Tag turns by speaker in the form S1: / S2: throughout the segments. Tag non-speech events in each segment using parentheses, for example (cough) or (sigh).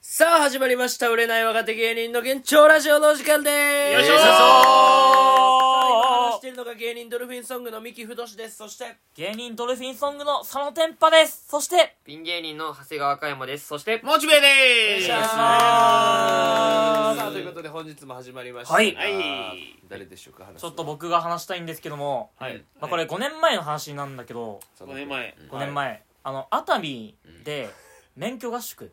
S1: さあ始まりました売れない若手芸人の現状ラジオのお時間です
S2: よいしょ
S1: さ
S2: よいしょ
S1: あ今話してるのが芸人ドルフィンソングの三木不しですそして
S3: 芸人ドルフィンソングの佐野天パですそして
S4: ピン芸人の長谷川香山です。そして、
S2: モチベでーす
S1: さ
S3: 願いし
S1: あ
S3: ます
S1: ということで本日も始まりました
S3: はい
S2: はい
S1: 誰でしょうか話す
S3: ちょ
S1: の
S3: っと僕が話したいんですけども、
S2: はい
S3: まあ、これ5年前の話なんだけど
S1: その
S2: 5年前
S3: 5年前、あの熱海で免許合宿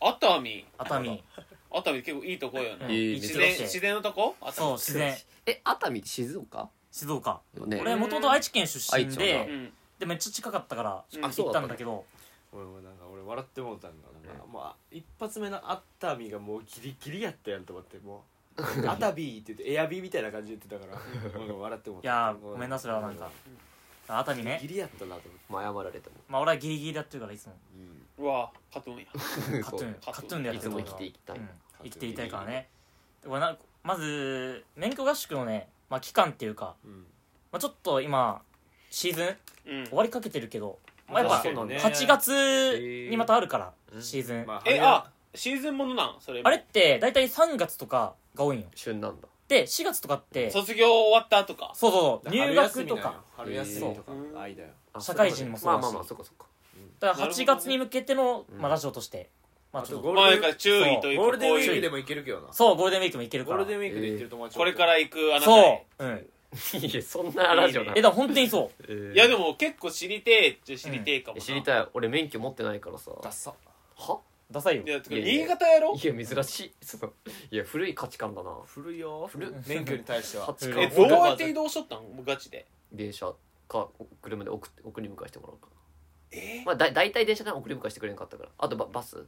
S2: 熱海
S3: 熱海
S2: 熱海結構いいとこよ
S3: うん
S2: ね
S4: いい
S2: 自
S3: め
S2: 然
S3: っちゃ
S2: 自然のとこ熱
S3: そう
S2: 海
S3: 自然
S4: え、熱海って静岡
S3: 静岡
S4: よね。
S3: 俺もともと愛知県出身
S4: 愛知な
S3: で
S4: ん
S2: うん
S3: でめっちゃ近かったから
S2: うんあ
S3: 行ったんだけど
S5: 俺もなんか俺笑ってもうたんだなんか、もうあ一発目の熱海がもうギリギリやったやんと思っても
S3: (laughs)
S5: う熱海って言ってエアビーみたいな感じで言ってたからもう笑ってもう
S3: い
S5: た
S3: やーごめんなそれはなんか熱海
S5: ギ
S3: ね
S5: リやったなと思って
S4: 前謝られても。
S3: まあ俺はギリギリでやってるからいつも
S2: うわカトゥーンや
S3: カトゥーン
S2: そう
S3: カトゥーンでやってるから
S4: いつも生きていきたい
S3: うん生きていきたいからねでこれなまず免許合宿のね、まあ、期間っていうか、
S5: うん
S3: まあ、ちょっと今シーズン
S2: うん
S3: 終わりかけてるけど、まあ、やっ
S5: そうだ
S3: ぱ
S5: ね
S3: 8月にまたあるから、シーズン、
S5: ま
S2: え
S5: 早
S2: あシーズンものなんそれ
S3: あれって大体3月とかが多いんよ
S4: 旬なんだ。
S3: で4月とかってそう
S2: 卒業終わった後か
S3: そうそう
S5: 春
S3: 入
S5: 休
S3: 学
S5: みな
S3: と
S5: んよ
S3: か
S5: 春休みとか
S2: そう
S5: 愛だよ
S4: あ
S3: 社会人もそう
S4: ま
S3: だ
S4: あ
S3: し
S4: まあまあ、そっかそっか。
S3: だから8月に向けての、
S4: うん
S3: まあ、ラジオとして、まあ、
S5: あ
S3: ちょ
S5: と
S3: っ
S5: ゴ
S3: と
S5: ール
S2: 前
S5: デン
S2: から注意というか
S5: ゴールデンウ
S2: こ
S5: ィー
S2: うい
S5: ク
S2: う
S5: でも行けるけどな
S3: そうゴールデンウィークもいける
S5: ゴ
S3: か
S5: ー
S3: ら
S5: ルデンウィークで行ってる友達
S2: これから行くあなたへ
S3: そう、うん、
S4: いや、そんなラジオだ。
S3: えでも本当にそ
S4: (laughs)
S3: う
S2: いやでも結構知りてえっちゃ知りてえかも
S4: え
S2: な
S4: 知りたい。俺免許持ってないからさ。
S5: ダッサ
S4: は
S3: ダサいよ
S2: いやてか
S4: いやいや
S2: 新潟やろ
S4: いや、珍しい。その、いや、古い価値観だな。
S5: 古いよ
S4: 古っ
S5: 免許に対しては
S4: 価値
S3: いや
S2: え
S4: 観。
S2: どう
S4: 古い
S2: やって移動しとったんもうガチで
S4: 電車か、車で送って、送り迎えしてもらうか。
S2: え
S4: まあ、だ大体電車で送り迎えしてくれなかったから。あとバ、バス。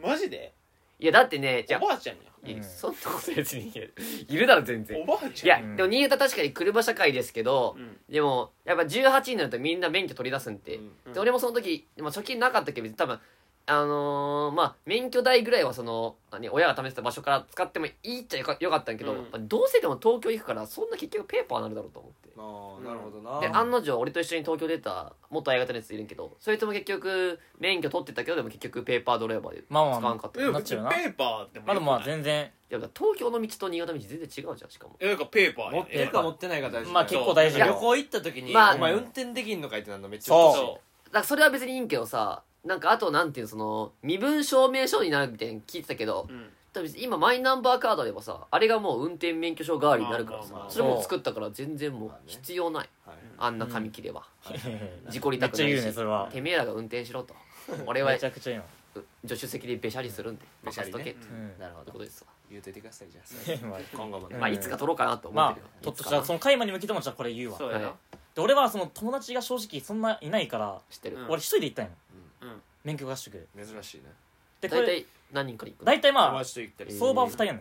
S2: マジで
S4: いや、だってね、じゃ
S2: お
S4: あ、
S2: ばあちゃんや
S4: いや
S3: うん
S4: そんなこと別にいるいるだろ、全然。
S2: おばあち
S4: い
S2: ゃ
S4: や、
S2: ん
S3: うん
S4: でも新潟確かに車社会ですけど、
S2: うん
S4: でも、やっぱ18になるとみんな免許取り出すんで。
S2: うん
S4: で、俺もその時、まあ、貯金なかったけど、別に多分、あのーまあ、免許代ぐらいはその、何、親が貯めてた場所から使ってもいいっちゃよかよかったんやけど、
S2: うん
S4: やっぱどうせでも東京行くから、そんな結局ペーパーになるだろうと思って。
S5: あーなるほど
S4: で、
S5: な
S4: 案の定、俺と一緒に東京出た元相方のやついるんけど、そいつも結局、免許取ってたけど、でも結局ペーパードライバーで使
S3: まあま
S4: わ
S3: あ
S4: んかった。
S2: え
S3: なっ
S2: 別
S3: ちゃう
S2: に
S3: な
S2: ペーパーでも
S3: まあでもまあ
S2: 然
S3: 全然
S4: いやだから東京の道と新潟の道全然違うじゃん、しかも。
S2: えなんかペーパー
S5: 持
S2: や
S5: っ
S2: ん
S5: てるか持ってないか大事だよ
S3: まあ結構大事だ
S5: 旅
S4: いや
S3: よ
S5: 行行った時に
S4: まあ
S5: お前運転できんのかいってなんのめっちゃ
S3: そう
S5: おかしい
S4: だ
S2: そ
S4: からそれは別にいいんけどさなんかあとなんていうのその身分証明書になるみたいに聞いてたけど
S2: う、うん、
S4: 多分今マイナンバーカードあればさあれがもう運転免許証代わりになるから
S2: まあまあ
S4: さ
S2: まあ
S4: それも作ったから全然もう
S5: まあね
S4: 必要ない
S5: はい
S4: あんな紙切れは、事
S3: め
S4: 故りた
S3: っ
S4: く
S3: ちゃ
S4: ない
S3: 言う
S4: し
S3: ねそれは
S4: てめえらが運転しろと俺は
S3: めちゃくちゃいいの
S4: 助手席でべしゃりするんで
S5: べしゃ
S4: 任
S5: り
S4: せと
S5: ね
S4: けって
S2: う
S3: うんん
S5: なるほ
S4: こ
S5: ど
S4: とですわ、
S5: 言うててくださいじゃ
S3: (laughs)
S5: あ
S3: まあ
S5: 今後もね
S3: うん
S4: まあいつか取ろうかなと思っ
S3: ま
S4: てるよ、
S3: あちょっと
S4: いつ
S3: した
S4: から
S3: その開幕に向けてもじゃあこれ言うわ
S2: そうやな、
S4: はい
S3: で俺はその友達が正直そんないないから
S4: 知ってる、
S2: うん
S3: 俺一人で行ったんよ、
S2: うん
S3: 免許合宿
S5: 珍しいね
S3: でこ
S4: 大
S3: れ
S4: 体何人から行くの
S3: 大体
S5: 友
S3: まあ
S5: 達と行ったり
S4: えー
S3: 相場は2人やの、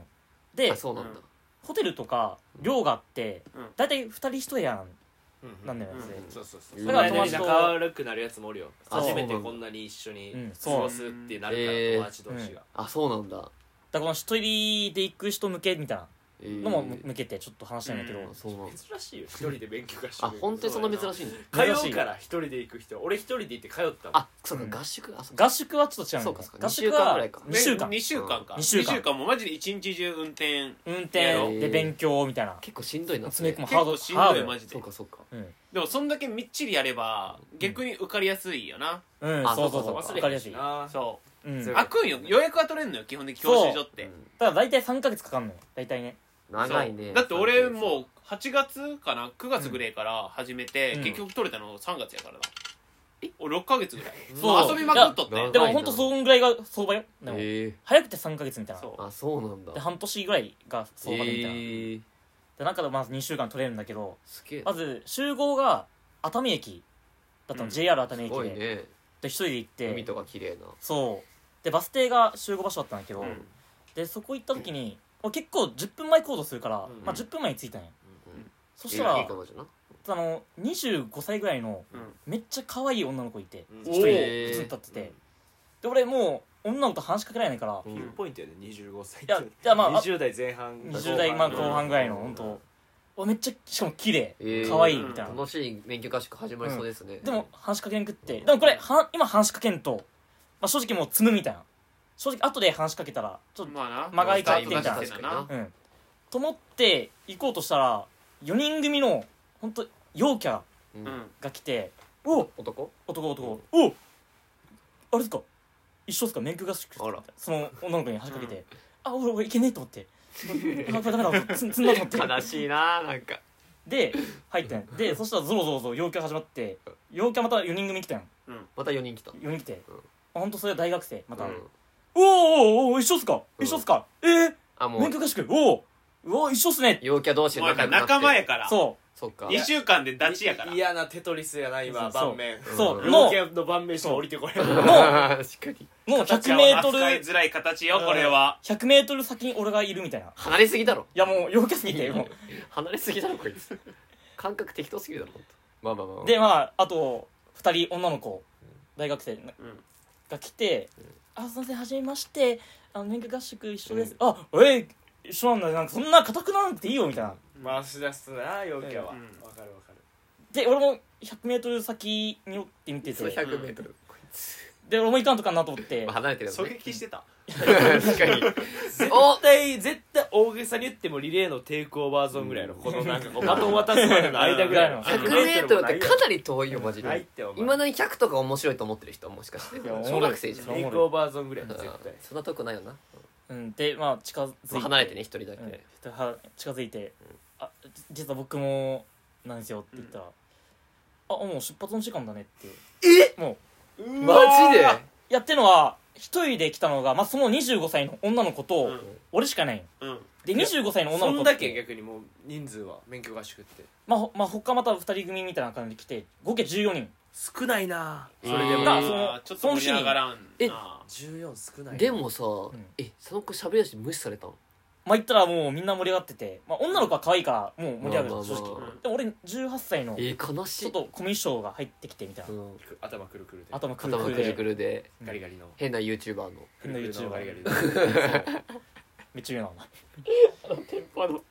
S3: で
S4: あそうなんだ、
S3: ホテルとか寮があって
S2: うん
S3: 大体2人1部屋な
S5: な
S3: んん
S5: で
S3: だよね、
S2: うん
S3: 全員
S5: そうそうそううんそれは友
S3: 友
S5: 達
S3: 達と
S5: 仲悪くなるやつもおるよ
S3: そう
S5: 初めてこんなに一緒に
S3: うん
S5: 過
S3: そう
S5: ごすってなるから
S4: えー
S5: 友達同士が
S4: あそうなんだ
S3: だからこの一人で行く人向けみたいな
S4: えー
S3: のも向けてちょっと話したいんだけど、
S2: うん
S4: あそうなんだ
S5: 珍しいよ一人で勉強がして
S4: あ本当にそんな珍しいんだ
S5: 通うから一人で行く人俺一人で行って通ったもん
S4: あそうか合宿あそうか
S3: 合宿はちょっと違うんだ
S4: そ
S3: よ
S4: うかそうか
S3: 合宿
S4: 二週間ぐらいか
S3: 2週間
S2: 2週間か
S3: 二週間
S2: 二もマジで一日中運転
S3: 運転で勉強みたいな
S4: 結構しんどいな
S3: 詰め込む
S2: 結
S3: ハード
S2: 構しんどいよ
S3: ハ
S2: マ
S3: ー
S2: ジ
S4: そ
S2: で
S4: うかそうか
S3: ドうん
S2: でもそんだけみっちりやれば逆に受かりやすいよな
S3: うん、
S4: あ
S3: そうそうそう
S4: そうそう
S3: わかりやすい、
S5: な
S2: そ
S3: うん、
S5: そうう
S2: 開くんよ予約は取れんのよ基本的に教習所って
S3: ただ大体3ヶ月かかんのよ大体ね
S4: 長いね
S2: そうだって俺
S4: う
S2: もう8月かな9月ぐらいから始めて、
S3: うん
S2: 結局取れたの3月やからな俺6ヶ月ぐらい
S3: そう
S2: 遊びまくっとって
S4: いや
S3: で
S4: 長
S3: も
S4: いな
S3: ほんとそんぐらいが相場よでも、
S4: へえ
S3: 早くて3ヶ月みたいな
S2: そう
S4: あそうなんだ
S3: で半年ぐらいが相場でみたい
S4: へ
S3: な、
S4: え
S3: で中でまず2週間取れるんだけど
S4: すげえ
S3: まず集合が熱海駅だったの、
S2: うん
S3: JR 熱海
S4: す
S3: 駅
S4: ごい
S3: で,、
S4: ね
S3: で一人で行って
S4: 海とか綺麗な
S3: そうでバス停が集合場所だったんだけど、
S2: うん
S3: でそこ行った時に俺結構10分前行動するから、
S5: うん
S3: まあ、10分前に着いたんや、
S2: ん
S3: そしたら、
S4: いいかもじゃな
S3: あの25歳ぐらいの
S2: うん
S3: めっちゃ可愛い女の子いて
S5: うん
S3: 一人
S4: へ
S3: で
S4: ー
S3: ずっと立ってて、で俺もう女の子と話しかけられないから、
S4: うん
S5: ピンポイントやね25歳
S3: いやいやまああ
S5: 20代前半
S3: 20代まあ
S2: うん
S3: 後半ぐらいの本当、うわめっちゃしかも綺麗
S4: へー
S3: 可愛いみたいな、
S4: 楽しい免許合宿始まりそうですね
S3: でも話しかけんくってでもこれは今話しかけんと、まあ、正直もう積むみたいな正直後で話しかけたらちょっと、
S2: まあな
S3: 間が空いちゃってんじゃん
S2: 間が空いちゃってんだな
S3: うんと思って行こうとしたら4人組の本当陽キャ
S4: うん
S2: うん
S3: が来て「おう
S4: 男
S3: 男男おうあれですか一緒ですか免許合宿
S4: あら
S3: その女の子に話しかけて「あ俺俺いけねえ」と思って (laughs) 「あこれダメだ俺つ積んだと思って
S4: 悲しいななんか
S3: で入ってんでそしたらゾロゾロゾロ陽キャ始まって陽キャまた4人組来たん
S4: また4人来た
S3: 4人来て、
S4: うん
S3: あほんとそれは大学生また、
S4: うん
S3: おおおお一緒っすか
S4: うん
S3: 一緒っすか、え
S4: あ
S3: ー、
S4: も
S3: 免
S4: う
S3: 許合宿おおうわ一緒っすね
S4: 陽キャ同士で
S2: もうやっ
S4: 仲良くなって
S2: ぱ仲間やから
S3: そ
S4: そっか
S2: 2週間でダチやから
S5: 嫌なテトリスやな今
S3: そう
S5: 盤面
S3: うそう、
S4: うん
S3: も
S5: 両家の盤面しか降りてこれ
S3: う
S5: な
S4: (laughs) 確
S3: も
S5: い
S4: かに
S3: うもう
S2: 形
S3: 100
S2: は
S3: メート
S2: 扱い
S3: ル
S2: づらい形よこれは
S3: 100メートル先に俺がいるみたいない
S4: 離れすぎだろ
S3: やもう陽キャすぎても
S4: 離れすぎだろこいつ感覚適当すぎるだろほんとまあまあまあ
S3: うでまああと2人女の子大学生
S2: うん
S3: が来て「あすいませんはじめましてあの免許合宿一緒です」あえー、一緒なんだなんかそんな硬くなんていいよ」みたいな
S5: 回し出すな陽キャはわ
S2: うん
S5: かるわかる
S3: で俺も 100m 先に寄って見て
S4: その
S3: て
S4: 100m こいつ
S3: で俺も行かんとかなと思って
S4: まあ離れてるよ
S2: 狙
S4: ね
S2: 撃してた
S4: (laughs) 確かに
S5: 絶
S4: お
S5: 対絶対大げさに言ってもリレーのテイクオーバーゾーンぐらいのこのなんかこうバトン渡すまでの間ぐらい (laughs) の
S4: 100m ってかなり遠いよマジ
S5: ないっ
S4: で
S5: てお
S4: い
S5: 前
S4: まだに100とか面白いと思ってる人はもしかして
S3: いや
S4: 小学生じゃん
S3: おもろい
S5: テイクオーバーゾーンぐらい絶対
S4: そんなとこないよな
S3: うん、でまあ近づいて、
S4: まあ離れてね一人だ
S3: うん、
S4: け
S3: では近づいて「あじ実は僕もなんですよ」って言ったら「あもう出発の時間だね」ってえも
S4: マジで
S3: うやってのは一人で来たのが、まあ、その25歳の女の子
S2: う
S3: と
S2: ん
S3: 俺しかないんよ
S2: うん
S3: で25歳の女
S5: そ
S3: の子
S5: ん
S3: って
S5: だけ逆にもう人数は免許合宿って
S3: まあ、ほまあ、他また2人組みたいな感じで来て合計14人
S5: 少ないな
S2: そ
S4: それ
S2: れ
S4: で
S2: で
S4: も
S2: もちょっと盛り上がらん
S4: え
S2: な
S5: 14少ない
S4: でもさ
S3: ん
S4: えその子喋り出して無視されたの
S3: まあ言ったらもうみんな盛り上がってて、まあ、女の子は可愛いからもう盛り上がる正
S4: まあま
S3: 直
S4: あま
S2: あ
S3: でも俺18歳の
S4: えー悲し
S3: ちょっ
S4: い
S3: とコミュ障が入ってきてみたいな
S4: うん
S5: 頭くるくるで
S3: 頭くる
S4: 頭
S3: く
S4: く
S3: る
S4: る
S3: で
S4: くるで
S5: ガリガリの
S4: 変な YouTuber の
S3: 変な YouTuber
S5: ガリガリ
S3: めっちゃ言うなお前
S4: あの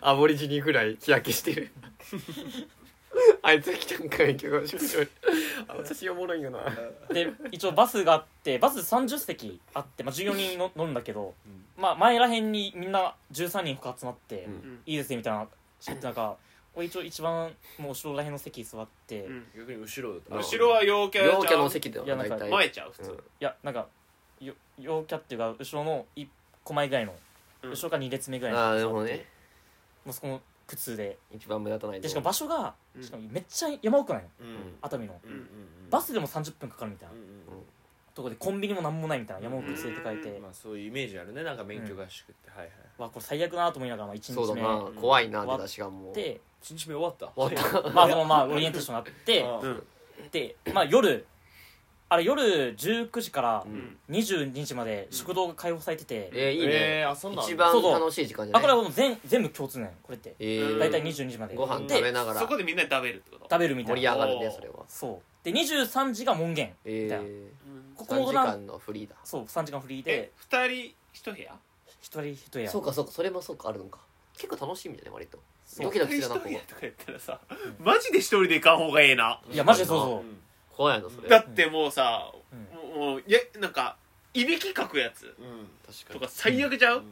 S4: アボリジニぐらい日焼けして (laughs) るあいつ来たんかい今日あ私おもろいよな
S3: で一応バスがあってバス30席あって、まあ、14人の乗るんだけど、
S5: うん
S3: まあ、前らへんにみんな13人他集まって「
S4: うん
S2: うん
S3: いいですね」みたいなしってなんか俺一応一番もう後ろらへんの席座って、
S2: うん
S5: 逆に後ろだった
S4: うん
S5: ら
S2: 後ろは陽キャ
S4: 陽キャの
S2: ち
S4: 席だよ
S3: いやな
S4: 大
S3: んか
S2: ゃう
S4: 体
S2: 前ちゃう普通
S4: うん
S3: いやなんかよ陽キャっていうか後ろの1個前ぐらいの、
S2: うん
S3: 後ろから2列目ぐらいの
S4: ああで
S3: 席座って
S4: もね
S3: もうそこも苦痛で
S4: 一番目立たない
S3: でしかも場所が、
S2: うん
S3: しかもめっちゃ山奥なんよ
S5: うん
S3: 熱海の、
S5: うんうんうん
S3: バスでも30分かかるみたいな、
S5: うんうん
S3: とこでコンビニもなんもないみたいな山奥連れてかれて、
S5: うんまあそういうイメージあるねなんか免許合宿ってはいはい
S3: わこれ最悪だなと思いながら、まあ、1
S4: そう
S3: 日
S4: だ
S3: 目
S4: な
S2: うん
S4: 怖いな出だしがもう
S3: で
S5: 1日目終わった
S4: 終わった
S3: まあそのまあオリエンテーションがあって
S5: ああ
S2: うん
S3: でまあ夜あれ夜19時から
S2: うん
S3: 22時まで食堂が開放されてて、
S4: えーいいね
S5: えーあそんなん
S4: 一番
S3: そうそう
S4: 楽しい時間じゃな
S3: あ
S4: い
S3: これはもう全全部共通なんよこれって
S4: えー
S3: 大体22時まで
S4: ご飯食べ
S3: で
S4: ながら
S2: そこでみんなで食べるってこと
S3: 食べるみた
S4: 盛
S3: い
S4: り
S3: な
S4: 上がるねそれは
S3: そうで23時が門限みた
S4: え
S3: いな、
S2: うん
S3: こ
S4: ー
S3: こ
S4: 3
S3: も
S4: 時
S3: な
S4: 間のフリーだ
S3: そう3時間フリー
S2: え
S3: で
S2: 二人一部屋
S3: 一人一部屋
S4: そうかそうかそれもそうかあるのか結構楽しみだね割と
S3: そう
S4: ドキドキするな
S2: 一
S4: こ
S2: 人
S4: こ
S2: やとかやったらさ、マジで一人で行かん方がええな。
S3: いやマジでそうそう、
S5: ん
S4: 怖いなそれ
S2: だってもうさ、
S3: うん
S2: もう、いや、なんか、いびきかくやつ
S5: うん
S4: 確
S2: と
S4: か
S2: か最悪ちゃう、
S5: うん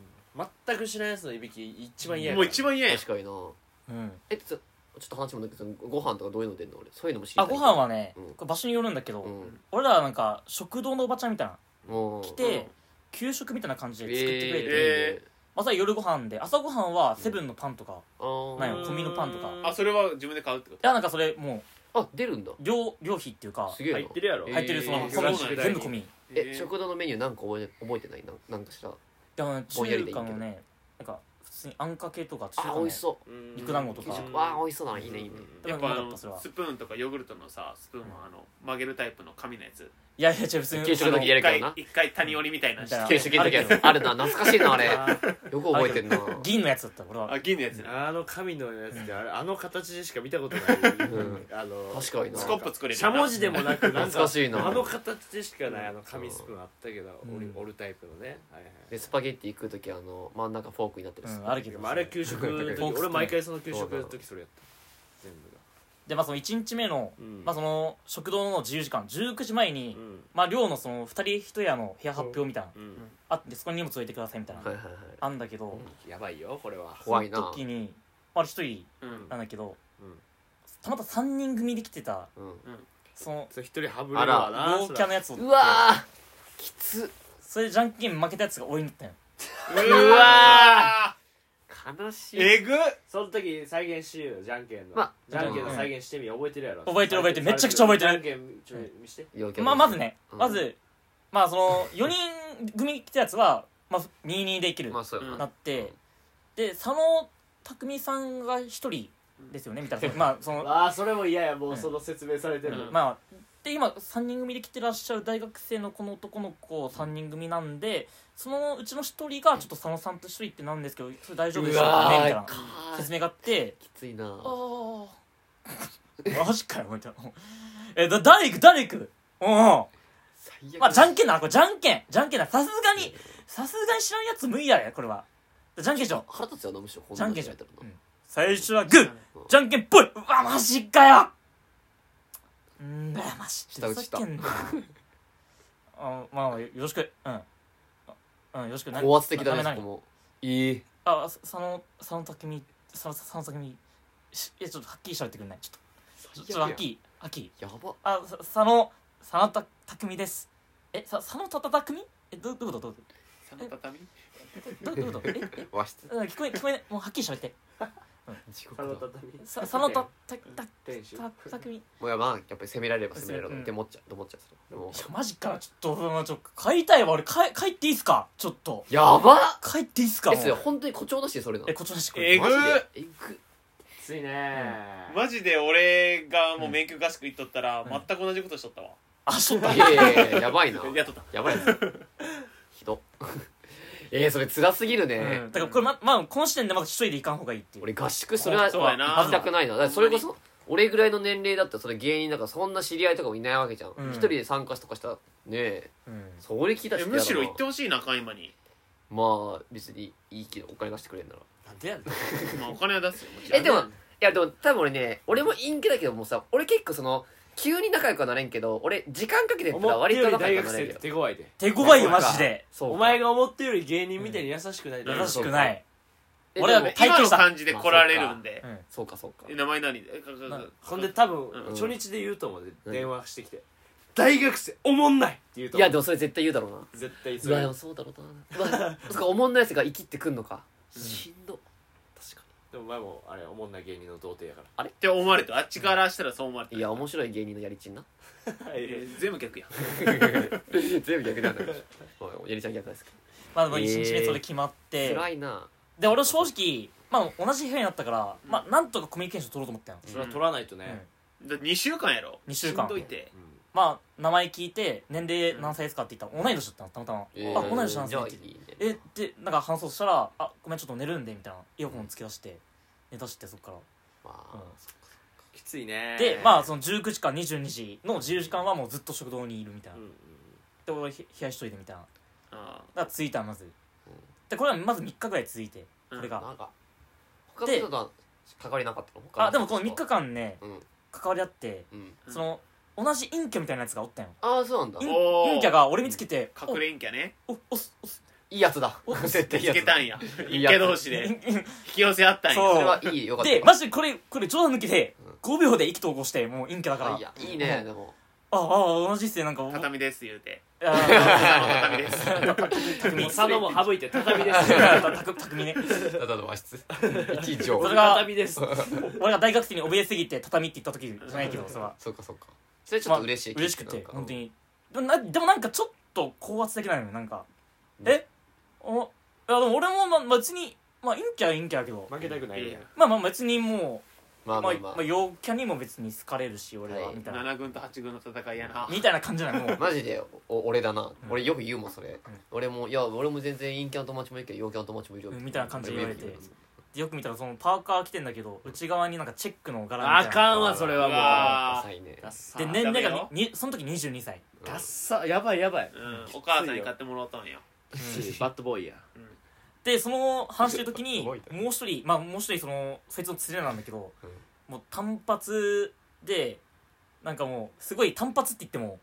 S5: 全く知らないやつのいびき一番嫌や
S2: もう一
S5: 番
S2: 番嫌
S4: に
S2: や
S4: 確かにな
S3: うん、
S4: えちょちょっと話もだけどご飯とかどういうの出んの俺そういうのも知りたい
S3: あご飯はね、
S4: うん
S3: これ場所によるんだけど、
S4: うん
S3: 俺らはなんか食堂のおばちゃんみたいな
S4: もう
S3: 来
S2: う
S3: て
S2: ん
S3: 給食みたいな感じ
S4: え
S3: で作ってくれて、
S2: え
S4: ー
S3: まさに夜ご飯で朝ご飯はセブンのパンとか、
S4: あー
S3: なんや小麦のパンとか
S2: あ、それは自分で買うってこ
S3: いやなんかそれも
S4: あ出るんだ
S3: う寮寮費っていうか
S4: すげえな
S5: 入ってるやろ
S4: えー
S3: 入ってるその
S2: えー
S3: 込み、
S2: そうなんだ
S3: 全部込みい
S2: と
S4: え食堂のメニューなんか覚えて覚えてないなんなんかしら
S3: やまあ
S4: ぼんやりでい
S3: 中
S4: いけ
S3: 華
S4: ど
S3: のねなんか普通にあんかけとか中華
S4: あ
S3: の
S4: 美味しそう
S3: 肉団子とか
S4: 給食わあ美味しそうだないいねいいね
S3: う
S2: やっぱあ
S3: なんかうまかったそれ
S2: の
S3: は
S2: スプーンとかヨーグルトのさスプーンはあの曲げるタイプの紙のやつ
S3: いやいや違う普通に
S4: 給食の時やるけ
S2: 一回
S4: どな
S2: 一回谷折りみたいなのして
S3: みた
S4: 給食の時やつあるな懐かしいなあれよ
S3: あー
S4: く覚えてんな
S3: 銀のやつだった俺は
S2: あ銀のやつな
S5: あの神のやつってあれあの形でしか見たことない、
S4: ん
S5: あの
S4: 確かにな
S2: スコップ作れる
S5: しゃもじでもなくなん
S4: 懐かしいな
S5: あの形でしかないあの紙スプーンあったけど、
S3: うん
S5: 折り折るタイプのね、はいはい
S4: でスパゲッティ食う時あの真ん中フォークになってる
S3: うんあるけ
S5: で
S3: ど
S5: もあれ給食の
S3: フォーク
S5: 時
S3: スプーン
S5: 俺毎回その給食の時それやった全部が
S3: でまあその1日目の,、
S5: うん
S3: まあその食堂の自由時間19時前に、
S5: うん
S3: まあ寮のその2人1屋の部屋発表みたいな、
S5: うん
S3: あってそこに荷物置いてくださいみたいな、
S4: はいはいはい
S3: あんだけど、
S5: やばいよこれは
S4: 怖い
S3: そ
S4: な
S3: の時にあれ1人
S2: うん
S3: なんだけど、
S5: うん
S3: たまたま3人組で来てた
S4: うん
S3: その
S5: それ一人はぶれるわな
S3: 陽キャのやつを
S4: うわーきつ
S3: それでじゃんけん負けたやつが俺になったんよ
S5: うわ
S4: 悲しい
S2: えぐっ
S5: その時再現しようよじゃんけんの、
S4: ま
S5: じゃんけんの再現してみよう覚えてるやろ
S3: 覚えてる覚えてるめちゃくちゃ覚えてる
S5: じゃんけんちょ見して
S4: 陽キャ
S3: まあ、まずね、
S4: うん
S3: まずまあその4人組来たやつは、まあ、22でいける
S4: まあそうよ
S2: うん
S3: な
S4: な
S3: って、で佐野匠さんが1人ですよねみたいな、まあその
S5: ああそれも嫌やも
S3: う
S5: うんその説明されてるの、
S2: うん
S3: まあで今3人組で来てらっしゃる大学生のこの男の子3人組なんでそのうちの1人がちょっと佐野さんと1人ってなんですけどそれ大丈夫でしょうかねみたいな
S4: ー
S3: 説明があって
S4: きついな
S3: ああ (laughs) マジかよみたいなえだ誰行く誰行くうんまあじゃんけんなこれじゃんけんじゃんけんなさすがにさすがに知らんやつ無理やれこれはじゃんけんしよう
S4: 腹立つよなむしろこ
S3: じゃんけん
S4: し
S3: し
S4: ょ
S3: よ
S4: う
S3: う、うん最初はグーじゃんけんぽいうわマジかようんだよマジ
S4: 下打ちした
S3: ふざけんなよあまあよろしくうんあうんよろしくな
S4: 高圧的だね
S3: な
S4: そこもいい
S3: あ佐野佐野匠佐野佐野匠しいやちょっとはっきりしゃべってくんないちょっとちょちょっとはっきりはっきり
S4: やば
S3: あさ佐野佐野た匠ですえさ佐野たたたくみえどどういうことどう
S2: その畳
S3: いうことどういうことええ
S4: 和室
S3: うん聞こえ聞こえないもうはっきりしゃべって
S4: 地
S5: そ
S4: 獄
S5: の
S4: だ
S5: 畳
S3: さ佐野たたた
S5: 天使
S3: たたくみ
S4: もうやまあやっぱり攻められれば攻められる
S3: うん
S4: って思っちゃうと思っちゃうそれもう
S3: いやマジかちょっとうんちょっと帰りたいわ俺帰帰っていいっすかちょっと
S4: やば
S3: 帰っていいっすか
S4: っ
S3: も
S4: で
S3: う
S4: すよ本当に誇張だしそれな
S3: えこっちらしこ
S2: え
S4: マジでえぐ
S5: きついね
S2: マジで俺がもう免許合宿行っとったら
S3: ん
S2: 全く同じことしとったわ
S3: あそうだ
S4: いやいやいややばい
S3: (laughs)
S4: な
S2: やっとった
S4: やばいなひど (laughs) えーそれ辛すぎるね
S3: だからこれままあこの時点でまだ一人で行かんほうがいいっていう
S4: 俺合宿それは
S2: そうやな
S4: 行きたくないなだからそれこそ俺ぐらいの年齢だったらそれ芸人だからそんな知り合いとかもいないわけじゃん一、
S3: うん
S4: 人で参加とかしたらねえ
S3: うん
S4: それ聞いたら
S2: え
S4: ちょっとやだ
S2: む
S4: な
S2: しろ行ってほしいなカイマに
S4: まあ別にいいけどお金出してくれるなら
S5: なんでやねん
S2: まあお金は出すよもちろん
S4: えでもいやでも多分俺ね俺も陰キャだけどもうさ俺結構その急に仲良くはなれんけど俺時間かけてやったら
S5: 思って
S4: 割
S5: よ
S4: と
S5: り
S4: 仲
S5: 大
S4: 良くは
S5: 学
S4: なれ
S5: 生っ
S4: る
S5: て
S4: よ
S5: 手強いで
S3: 手強いよマジで
S4: そうか
S5: お前が思ってより芸人みたいに優しくないと
S2: うん
S3: 優しくない
S4: え
S3: 俺は
S4: でも
S3: 体
S2: 今
S3: 験
S2: の
S3: した
S2: 感じで来られるんで
S3: うん
S4: そうかそうか
S2: え名前何えかか
S3: なん
S5: ほんで多分
S2: うん
S5: 初日で言うと思うで
S4: うん
S5: 電話してきて「大学生おもんない!」って言うと
S4: い
S5: 思う
S4: やでもそれ絶対言うだろうな
S5: 絶対そう
S4: わで
S5: れ
S4: もそうだろうなう (laughs) わそっかおもんないやつが生きってくんのかしんど確か
S5: でもお前もあれおもんない芸人の童貞やか
S2: って思われたあっちからしたらそう思われた
S4: にいや面白い芸人のやりちんな
S5: ら
S2: えー全部逆や
S4: 全部逆なんだけどやりちゃん逆ですけ
S3: まあまあ一日目それ決まって、
S4: ど辛いな
S3: で俺は正直まあ同じ部屋になったから、まあなんとかコミュニケーション取ろうと思ったよ、
S5: それは取らないと
S3: うん
S5: ね
S2: だ2週間やろ
S3: 二週
S2: し
S3: 間
S2: んどいて
S5: うん
S3: まあ名前聞いて年齢何歳ですかって言ったら同い年だったのたまたま、あ同い年なん
S4: じ
S3: です
S4: ゃ
S3: ね
S4: あ
S3: っ
S4: い
S3: て
S4: いね
S3: 言ってえでなんか話そうとしたら「あごめんちょっと寝るんで」みたいなイヤホンつけ出して寝だしてそっから、
S4: ま
S3: うん
S4: あ
S5: きついね
S3: でまあその19時から22時の自由時間はもうずっと食堂にいるみたいな、
S5: うんうん
S3: で俺ひ部屋一人でみたいなだか
S2: あ
S3: ら着いたまずでこれはまず3日ぐらい続いてこれが、
S4: なんか他の人とは関わりなかったの他
S3: あでもこの3日
S4: 人
S3: 間ね
S4: うん
S3: 関わり合って
S4: うん
S2: うん
S3: その同じ陰キャみたいなやつがおったんよ
S4: ああそうなんだ
S3: 陰
S2: おー
S3: 陰キャが俺見つけて
S2: あ隠れんきゃね
S3: おおおすおす
S4: いいやつだ
S3: お
S4: (laughs) 絶対いい
S2: つ
S4: や
S2: け
S4: つ
S2: た
S4: だ
S2: んや
S4: いい
S2: 陰キ
S4: やつ
S2: ャ同士で引き寄せ合ったんや
S3: そう
S4: それはいいよかった
S3: で
S4: よか
S3: マ
S4: っ
S3: ジでこれこれ冗談抜きで
S4: うん
S3: 5秒で意気投合してもう陰キャだ
S4: た
S3: から
S4: あいやいいねでも
S3: ああ同じっすねなんか僕
S2: 畳です言うて
S3: あー
S2: 畳です
S5: もう佐野も省いて畳 (laughs) です
S3: たたたくみね
S4: ただの和室 (laughs) 一畳
S3: それが
S5: 畳です
S3: 俺が大学生に怯えすぎて畳って言った時じゃないけどそれは
S4: そうかそうかそれちょっと嬉しい
S3: 嬉しくて
S4: なんか
S3: 本当にでもなでもなんかちょっと高圧的なのよなんか
S4: うん
S3: えおいやでも俺もまあ別にまあ陰キャは陰キャだけど
S5: 負けたくないね
S3: まあまあ別にも
S4: ま
S3: う
S4: あま
S3: まあ
S4: あま
S3: まあ陽キャにも別に好かれるし俺は
S4: はい
S3: みたいな
S2: 7軍と8軍の戦いやな
S3: みたいな感じなのも
S4: (laughs) あ
S3: う
S4: マジでお俺だな俺よく言うもんそれ俺もいや俺も全然陰キャの友達もいるけど陽キャの友達もいるよ
S3: うんみたいな感じで言われて
S4: 俺もよく
S3: よく見たらそのパーカー着てんだけど内側になんかチェックの柄みたい
S5: あ
S3: な
S5: かんわそれはもう
S2: うわ
S4: 言う浅いね
S5: ダッサ
S3: で年齢
S2: ダメ
S3: が
S2: よ
S3: ににその時22歳
S4: (laughs)
S5: ダッサやばいやばい
S2: うんお母さんに買ってもらおうとんよ
S5: バッドボーイや
S3: でその話してる時に
S4: す
S3: も
S4: ご
S3: う
S4: い
S3: 一人まあもう一人そのそいつの連れなんだけど、
S4: うん
S3: もう単発でなんかもうすごい単発って言って
S4: (laughs)
S3: も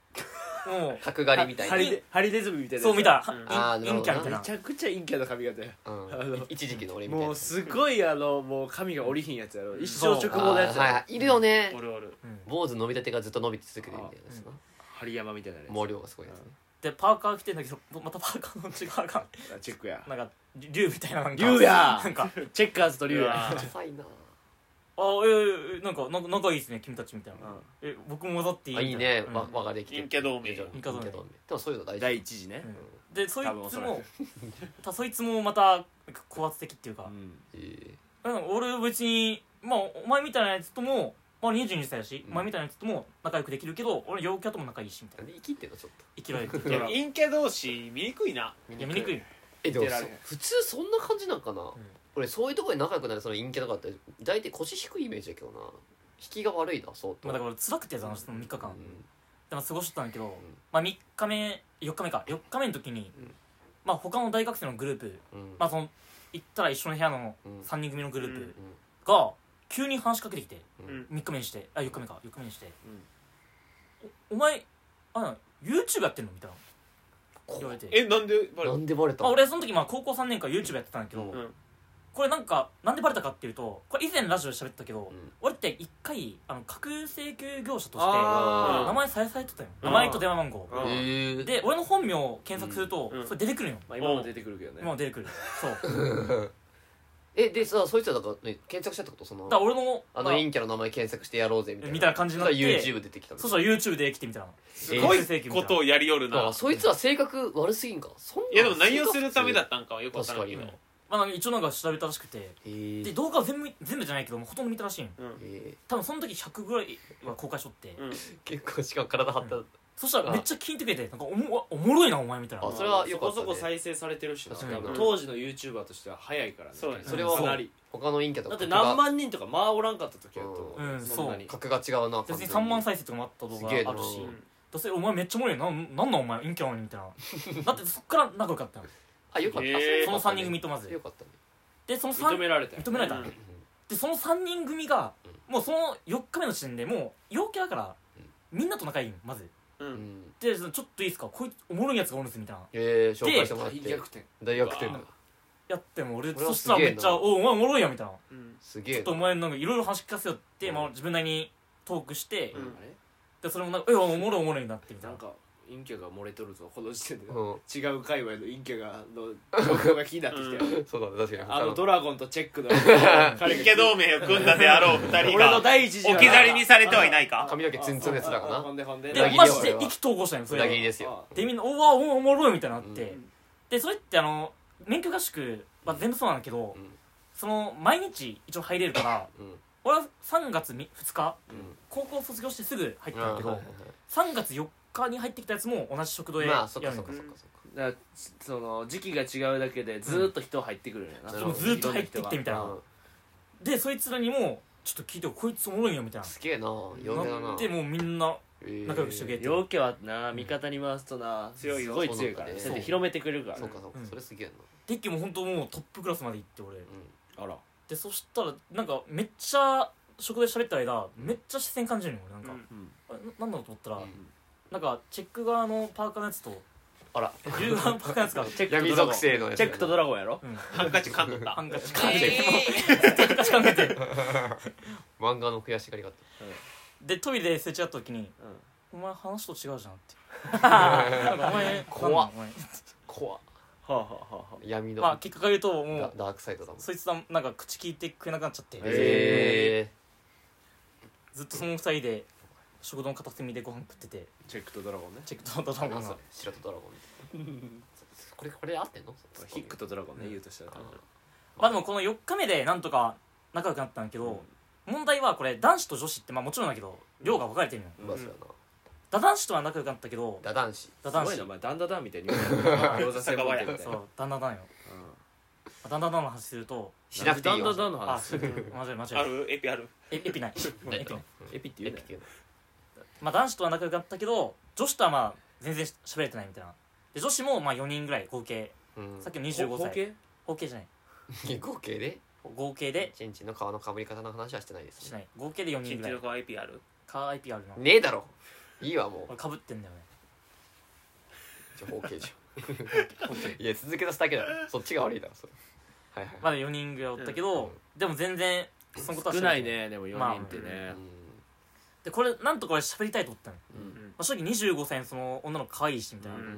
S3: も
S4: 角刈りみたい
S5: ハ
S4: な
S5: リデハリネズミみたいうな
S3: そう見た
S2: うん
S4: あー
S3: 陰
S4: なるほ
S3: 陰キ
S4: ど
S3: ャ
S4: な
S3: みたい
S5: め
S3: な
S5: ちゃくちゃ陰キャの髪型や
S4: うんい一時期の俺みたい
S5: も
S4: な
S5: うすごいあのもう髪が折りひんやつやろ一生直毛のやつ
S4: あーはい
S5: や
S4: はいいるよね
S2: おるおる
S3: うん
S4: 坊主伸びたてがずっと伸びて続けてるみたいなやつな
S5: ろ針山みたいなやつ
S4: 毛量がすごいやつね
S3: でパーカー着てんだけどまたパーカーの内側が (laughs)
S5: あチェックや
S3: なんか竜みたいななんか
S5: 竜や
S3: なんか
S5: チェッカーズとリュウ
S2: うわ
S5: や
S2: ー
S4: 臭いな
S3: あいやいやいやなんかなんか仲いいですね君たちみたいな、
S5: うん
S3: え僕も戻っていい
S4: あいい
S3: みた
S4: ね
S3: なうん
S4: わ我ができて
S2: 陰キャ同盟
S4: いいじゃん
S3: 陰キャ同盟
S4: 陰キャ同盟でもそういうの大事
S5: 第一次ね
S3: うんでそい
S5: 多分お
S3: つ
S5: そら
S3: もたそいつもまた高圧的っていうか、
S4: えー
S3: うん、俺別にまあお前みたいなやつとも、まあ、22歳だし、
S4: うん
S3: お前みたいなやつとも仲良くできるけど俺陽キャとも仲いいしみたい
S4: な
S3: なん
S4: で生きてんのちょっと
S3: 生きられて
S4: (laughs)
S3: る
S2: いや陰キャ同士見にくいない
S3: や見にくい
S4: えでも
S5: 見てら
S4: そ
S5: れへん
S4: 普通そんな感じなんかな、俺そういうところで仲良くなるその陰キャとかって大体腰低いイメージだけどな引きが悪いな相当、
S3: まあ、だから俺辛くてさあのその3日間、
S4: うん
S3: でも過ごしてたんだけど、まあ、3日目4日目か4日目の時に、
S4: うん
S3: まあ、他の大学生のグループ、
S4: うん
S3: まあ、その行ったら一緒の部屋の
S4: うん
S3: 3人組のグルー
S2: うん
S3: プが急に話しかけてきて
S4: うん
S3: 3日目にしてあ4日目か4日目にして、おお前あ YouTube やってんのみたいな言われて
S2: えなんでバレ
S4: なんでバレた
S3: まあ、
S4: の
S3: 俺その時まあ高校3年間 YouTube やってたんだけど、
S4: うん
S3: これなんかなんでバレたかっていうとこれ以前ラジオで喋ったけど、
S4: うん
S3: 俺って一回あの架空請求業者として
S5: あ
S4: ー
S3: 名前さらされてたよ
S5: うん
S3: 名前と電話番号
S5: うん
S4: えー、
S3: で俺の本名を検索すると、
S2: うんうん
S3: それ出てくるよ、
S5: まあ今も出てくるけどね
S3: 今も出てくるそうだか
S4: えでさそいつはだから、ね、検索したってことその
S3: ら俺の
S4: あ
S3: ま
S4: の陰キャの名前検索してやろうぜみたいな
S3: みたいな感じになって
S4: そしたら YouTube 出てきたの
S3: そしたら YouTube で来てみたいな
S2: すごい
S3: えー
S2: ことをやりよる
S4: だから
S2: な
S4: そいつは性格悪すぎんかそんない
S2: やでも何をするためだったんかはよくわ
S4: 確
S2: か
S4: から
S2: んけ
S4: に
S2: ど
S4: なへ
S3: まあ、なんか一応なんか調べたらしくて
S4: え
S3: で
S4: ー
S3: 動画は全部全部じゃないけどもうほとんど見たらしいんよ
S4: え
S3: 多分その時100ぐらいは公開しとって、
S2: うん
S4: ー結構しかも体張った、
S3: うそしたらめっちゃ聞いてくれてなんかおもおもろいなお前みたいな
S4: あそれは良
S5: そ
S4: か
S5: こ
S4: ったね
S5: そこ再生されてるしな
S4: 確かに
S5: 多分当時の YouTuber としては早いからね
S2: そうやね
S4: それは
S5: かなり
S4: 他の陰キャと
S5: だ
S4: か
S5: って何万人とかまあおらんかった時やと
S3: うん
S5: そんなに
S4: 格が違うな
S3: 別に3万
S4: 歳
S3: 再生とかもあった動画あ
S4: すげえ
S3: る
S4: な
S3: し
S4: うん
S3: どうせお前めっちゃおもろいよなんなんなんお前陰キャなのにみたいな
S4: (laughs)
S3: だってそっから仲良かったの
S4: あよかった、
S2: へー
S3: その3人組とまず
S4: よかったね
S3: でその
S5: 認
S3: 3
S5: められたよ
S3: 認められた、
S2: うん
S3: でその3人組がもうその4日目の時点でもう陽キャだからみんなと仲いいのまず
S2: う
S4: うんん
S3: でそのちょっといいですかこいつおもろいやつがおるんですみたいな
S4: えー、紹介してもらっ
S5: 大
S4: て
S5: 逆転
S4: 大逆転
S2: う
S4: だ
S2: わ
S3: やっても俺
S4: これは
S3: そし
S4: す
S3: たら
S4: げ
S3: め
S4: え
S3: っ
S4: な
S3: ちゃ「おお前おもろいや」みたいな
S2: うん
S4: す
S3: ち
S4: げ
S3: ょっ
S4: え
S3: とお前なんかいろいろ話聞かせよって、
S4: うん
S3: まあ、自分なりにトークして、
S2: うん
S5: あれ
S3: でそれもなんか「えおもろいおもろい」になってみたい
S5: なん
S3: な
S5: か陰キャが漏れとるぞこの時点で
S4: うん
S5: 違う界隈の陰キャがの情報が気になってきたよ
S4: そうだね確かに
S5: あの
S4: 他
S5: ドラゴンとチェックの彼
S2: 陰キャ同盟を組んだであろう二人
S5: 俺の
S2: が
S5: 第一次
S2: 置き去りにされてはいない
S4: の
S2: か
S4: 髪の毛ツンツンのやつだか
S5: ほ
S4: なん
S5: でほんで
S4: 裏
S3: で
S4: 切り
S3: マ
S4: よ
S3: ジで
S4: 俺は
S3: 意気投合したんよそれ
S4: 裏
S3: が
S4: 切りですよ
S3: でみんな「おわおおもろい」みたいになって、
S4: う
S3: でそれってあの免許合宿、まあ、全部そうなんだけど、
S4: うん
S3: その毎日一応入れるから
S4: うんうん
S3: 俺は3月み2日高校卒業してすぐ入ったんだけど、
S4: はいはい
S3: 3月4日に入ってきたやつも同じ食堂
S4: はい
S3: へ
S4: まあそっか
S3: や
S4: そ
S3: る
S4: っ
S3: の
S4: か
S3: よ
S4: そっかそっか
S5: だからその時期が違うだけでずーっと人入ってくるよな
S4: うん
S5: その
S3: ずーっと入ってきてみたいな、
S4: うん
S3: でそいつらにも「ちょっと聞いてよこいつおもろいよ」みたいな
S4: すげえな陽キャだな
S3: なってもうみんな
S4: えー
S3: 仲良くしとけって
S5: 陽気はな味方に回すとな
S2: 強いよ
S5: すごい強いからね
S4: そう
S5: だ
S4: なんだね
S5: って広めてくれるから
S4: そうかそうか
S3: うん
S4: それすげえな
S3: デッキも本当もうトップクラスまで行って俺
S4: う
S5: あら
S3: でそしたらなんかめっちゃ食堂で喋った間めっちゃ視線感じるのよ俺なんか、
S2: うん
S5: うん
S3: あれななんだろうと思ったら、
S4: ん
S3: なんかチェック側のパーカーのや
S4: (laughs)
S3: つと
S4: あら
S3: 牛側のパーカーのやつが
S5: チェックとドラゴン
S4: 闇属性のやつ
S5: チェックとドラゴンやろ
S3: うん
S2: ハンカチ噛んどった
S3: (laughs) ハンカ
S4: え
S3: チかんで
S4: ー
S3: ハンカチかんでて
S4: 漫画の悔しがりがあっ
S3: でトイレですれ違った時に「
S5: うん
S3: お前話と違
S4: (laughs)
S3: うじゃん」ってなんかお前
S4: 怖っ
S3: なんだお前
S4: 怖っ
S5: はあはあはあは
S4: 闇の
S3: まあ
S4: ダ
S3: 結果から言うともう
S4: ダークサイドだもん
S3: そいつはなんか口聞いてくれなくなっちゃって、
S4: え
S3: ずっとその二人で食堂の片隅でご飯食ってて
S5: チェックとドラゴンね
S3: チェックとド
S4: え
S3: ラゴ
S4: 何そ
S3: ン
S4: れ
S3: が
S4: 白とドラゴンみたいなこれこれ合ってんの
S5: ヒックとドラゴンね言うとしたら多分
S3: まあでもこの4日目でなんとか仲良くなったんだけど、問題はこれ男子と女子ってまあもちろんだけど量が分かれてるのよ
S4: まあそうやな
S3: ダ男子とは仲良くなったけど
S4: ダ男子
S3: ダ
S5: す
S3: 男
S5: ご
S3: 子
S5: いな
S3: そ
S5: お
S3: う
S5: 前ダンダダンみたいに言うな餃子専門店みたい
S3: そ
S5: な
S3: うダンダダンよダンダダンの話すると
S4: しなくていい
S5: ダンダダ
S4: よ
S5: ンの
S3: あ
S5: 話
S3: そう間違え間違
S2: あ
S3: え
S2: るエピある
S3: えエピないごめんエピない
S5: エピって
S4: エ
S5: 言う
S4: ピっ
S5: ね
S4: ていうの
S3: まあ男子とは仲良くなったけど女子とはまあ全然喋れてないみたいなで女子もまあ4人ぐらい合計
S4: うん
S3: さっきの25歳
S5: 合計
S3: 合計じゃない
S4: 合計で
S3: 合計で
S4: チンチンの皮のかぶり方の話はしてないです
S3: し
S4: ね
S3: ない合計で4
S2: チ
S3: 人
S2: ンチ
S3: ぐら
S2: ン
S3: い
S2: の皮 IP ある
S3: カー IP あるな
S4: ねえだろいいわもう
S3: 俺かぶってんだよね
S4: 情報形じゃんいや続け出すだけだろそっちが悪いだろそれはいはい、
S3: まだ4人ぐらいおったけど、でも全然そのことは
S5: 少
S3: 知ら
S5: ないねでも4人って
S4: う
S5: ね、
S4: ん
S3: でこれなんとこれ喋りたいと思ったの、
S4: うん
S3: まあ、正直25歳のその女の子可愛いしみたいな、
S4: うん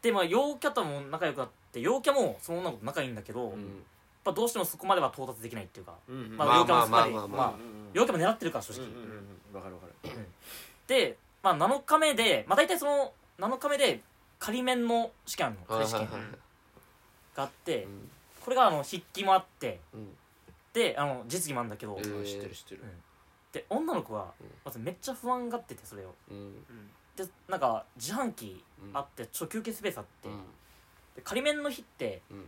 S3: でまあ陽キャとも仲良くなって陽キャもその女の子と仲いいんだけど、
S4: う
S3: やっ
S4: ん
S3: ぱどうしてもそこまでは到達できないっていうか、
S5: うんうん
S3: ま
S4: ま
S3: あ
S4: あ
S3: 陽キャもすっかり
S4: まあまあまあまあ
S3: まあ陽キャも狙ってるから正
S5: うん
S3: 直、
S5: うんうんわかるわかる
S3: で、まあ、7日目で、まあ、大体その7日目で仮免の試験あるの
S4: あー
S3: 仮試
S4: はい
S3: 験
S4: はいはい
S3: があって、
S4: うん
S3: これがあの筆記もあって
S4: うん
S3: であの実技もあるんだけど、
S4: えー
S5: 知ってる知ってる
S3: で女の子は
S4: うん
S3: まずめっちゃ不安がっててそれを
S4: うん
S3: でなんか自販機
S4: うん
S3: あってちょ休憩スペースあって、
S4: うん
S3: で仮免の日って、
S4: うん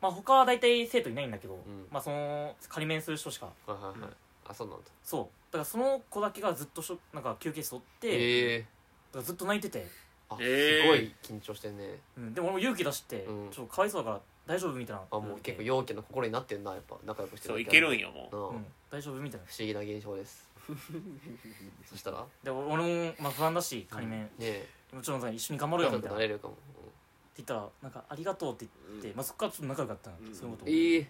S3: まあ他は大体生徒いないんだけど、
S4: ん
S3: まあその仮免する人しか
S4: はいはいはいあそうなんだ
S3: そうだからその子だけがずっとしょなんか休憩室おって、だ
S4: ええ
S3: からずっと泣いてて、
S4: あす
S2: えー
S4: ごい緊張してんね
S3: うん、でも俺も勇気出して、
S4: うん
S3: ちょっとかわいそうだから大丈夫みたいな
S4: あもう結構
S3: うん
S4: 陽気な心になってんなやっぱ仲良くして
S2: そうい
S4: だ
S2: け
S4: あ
S2: るんよも
S4: うん不思
S3: 大丈夫みたいな
S4: 議な現象ですそしたらね
S3: で俺も、まあ、不安だし仮免、
S4: え
S3: もちろんさ一緒に頑張ろうよ
S4: 仲良
S3: み
S4: くな
S3: たいなっ
S4: れ
S3: て
S4: るかも
S3: 言ったらなんか「ありがとう」って言って、まあ、そこからちょっと仲良かったの、
S5: うん
S3: そういうこと
S4: うんええ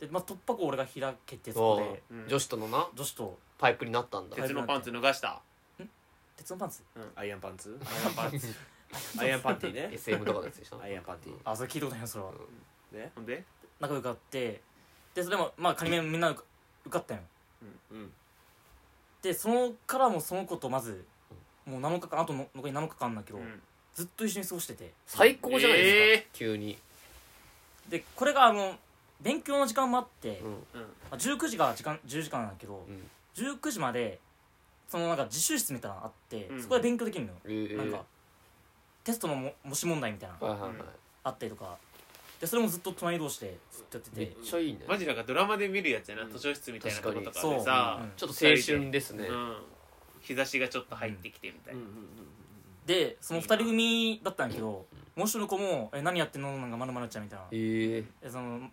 S3: で、まあ、突破口俺が開けてそこ
S4: そ
S3: で
S2: うん
S4: う女子とのな
S3: 女子と
S4: パイプになったんだ
S3: はい
S2: 鉄のパンツ脱がした
S3: 鉄のパンツ
S5: アイアンパンツ
S2: 鉄のパンツ
S5: アイアンパンティね
S4: SM とかのやつでした
S5: アイアンパンティ
S3: あそれ聞いたことないよそれは
S5: ね
S2: ほんで
S3: 仲良くあってでそれもまあ仮面みんな受か受かったよ
S5: うん
S3: でそのからもその子とまずもう7日間あとの残り7日間あんだけど、
S2: うん
S3: ずっと一緒に過ごしてて
S4: 最高じゃないです
S2: え
S4: か急に
S3: でこれがあの勉強の時間もあって、
S4: う
S3: ま
S4: ん
S3: あ、19時が時間10時間なんだけど、
S4: うん
S3: 19時までそのなんか自習室みたいなのあって、
S2: うん
S3: そこで勉強できるのよ、
S4: えー
S3: なんかテストのも模試問題みたいなの
S4: はいはいはい
S3: あったりとかでそれもずっと隣同士でずっとやって
S4: め
S3: て
S4: っちゃいいね
S2: マジなんかドラマで見るやつやな
S5: うん
S2: 図書室みたいなとことか
S3: そう
S2: でさ
S3: うん
S4: ちょっと青春ですね
S2: うん日差しがちょっと入ってきてみたい
S5: うん
S2: な
S5: うん
S3: でその2人組だったんだけどもう一人の子も「え何やってんの?」なんかまるまるちゃんみたいな
S4: ええ
S3: えその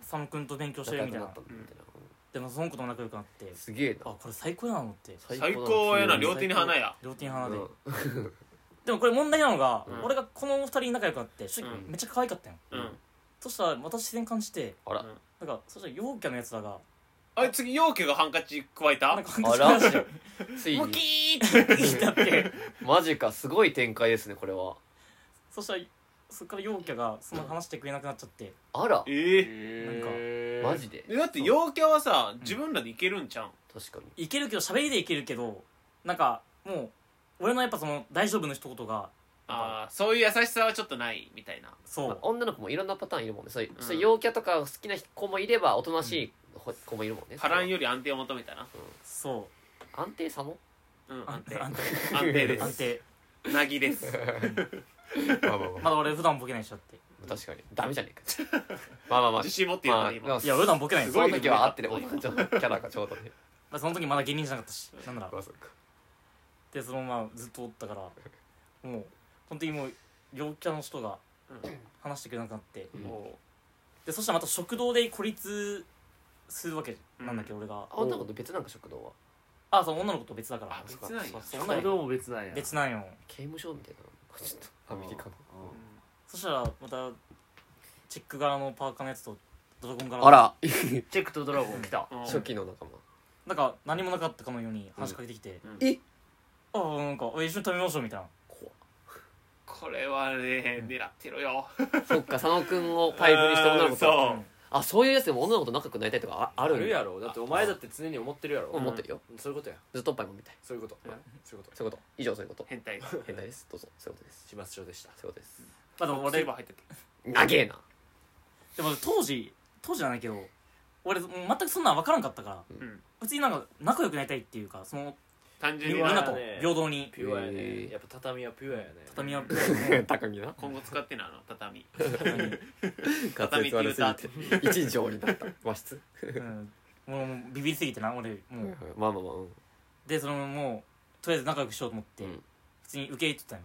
S3: 佐野君と勉強して
S4: 仲
S3: る
S4: 良
S3: み
S4: く
S3: たい
S4: な
S3: な
S4: ったんだみたいな
S3: でもその子とも仲良くなって
S4: すげえ
S3: あ
S4: な
S3: これ最高やなと思って
S2: 最高やな
S4: 急に
S2: 両手に花や
S3: 両手に花で、
S4: うん
S3: でもこれ問題なのが、
S2: うん
S3: 俺がこの2人に仲良くなって、し
S2: うん
S3: めっちゃ可愛かったよ
S2: うん
S3: そしたらまた視線感じて
S4: あら
S3: なんかそしたら陽キャのやつらが
S2: あれ次陽気がハンカチ加えた
S3: なんかハンカ
S4: あ
S3: チ返
S4: ら
S3: して
S4: つい
S3: ム
S4: に
S3: キーって言ったって
S4: マジかすごい展開ですねこれは
S3: そしたらそっから陽キャがその話してくれなくなっちゃって
S4: あら
S2: ええ
S5: うん
S4: マジで
S2: だって陽キャはさ自分らでいけるんちゃうん
S4: 確かに
S3: いけるけど喋りでいけるけどなんかもう俺のやっぱその大丈夫の一言が
S2: ああそういう優しさはちょっとないみたいな
S3: そ
S4: まあ
S3: う
S4: 女の子もいろんなパターンいるもんねそういう
S2: うん
S4: そういう陽キャとか好きな子もいればおとなしい子もいるもんね
S2: 波乱より安定を求めたな
S3: そ
S4: 安定さも
S2: うん
S3: う
S2: 安定
S3: 安
S2: 安
S3: 定
S2: 定で
S3: 安
S2: す
S3: 定
S2: なぎです
S4: まあまあ
S3: まだ俺普段ボケないしだって
S4: 確かにダメじゃねえ
S2: (laughs)
S4: かまあまあまあ
S2: 自信持って言う
S4: ま
S2: の
S4: あ
S2: ね
S4: まあ
S2: 今
S3: いや普段ボケないんですすよ
S2: ご
S4: そ
S2: い
S4: の時は合ってる俺のちょっとキャラがちょうどね
S3: まあその時まだ芸人じゃなかったしなんなら
S4: まあそっか
S3: でそのままずっとおったからもう本当にもう陽キャの人が
S2: うん
S3: 話してくれなくなって
S4: うん
S2: おう
S3: でそしたらまた食堂で孤立するわけなんだけど俺が
S4: あ女の子と別なんか食堂は
S3: あそう女の子と別だから
S2: あ別なんや
S3: そう女の
S5: も別なんや
S3: 子別なんよ
S4: 刑務所みたいなちょっとアメリカの
S3: そしたらまたチェック柄のパーカーのやつとドラゴン柄
S4: あら
S5: チェックとドラゴン来た
S2: うん
S4: 初期の仲間
S3: なんか何もなかったかのように話しかけてきて
S2: うん
S3: 「
S4: え
S3: ああなんかえ一緒に食べましょう」みたいな
S4: 怖
S2: これはね狙ってろよ
S4: そっか佐野くんをパイプにして女の子
S2: う
S4: と
S2: んそう
S3: うん
S4: あそういうやつでも女の子と仲良くなりたいとかああ
S5: あ
S4: る
S5: るやろだってお前だって常に思ってるやろ
S4: 思ってるよ
S5: そういうことや
S4: ずっとおっぱいもみたい
S5: そういうこと
S2: うん
S5: そういうこと
S4: そういうこと以上そういうこと
S2: 変態
S4: 変態ですどうぞそういうことです
S5: 始末書でした
S4: そういうことです
S3: まあでも
S2: 俺
S3: 俺
S2: は入ってた
S4: 長えな
S3: でも当時当時じゃないけど俺もう全くそんなん分からんかったから
S2: うん
S3: 別になんか仲良くなりたいっていうかその
S2: 単
S3: み
S2: 純
S3: ん
S2: に
S5: う
S3: な
S5: わ
S3: と
S2: な
S3: 平等に
S5: ピュアや
S4: へ
S5: ね
S4: え
S5: やっぱ畳はピュアやね
S3: 畳は (laughs)
S4: (laughs) 高木な
S2: 今後使ってないあの畳
S4: 滑舌悪すぎて一条になった (laughs) 和室
S3: うんもうもうビビりすぎてな俺もう
S4: まあまあまあうん
S3: でそのもうとりあえず仲良くしようと思って、
S4: うん
S3: 普通に受け入れてたの、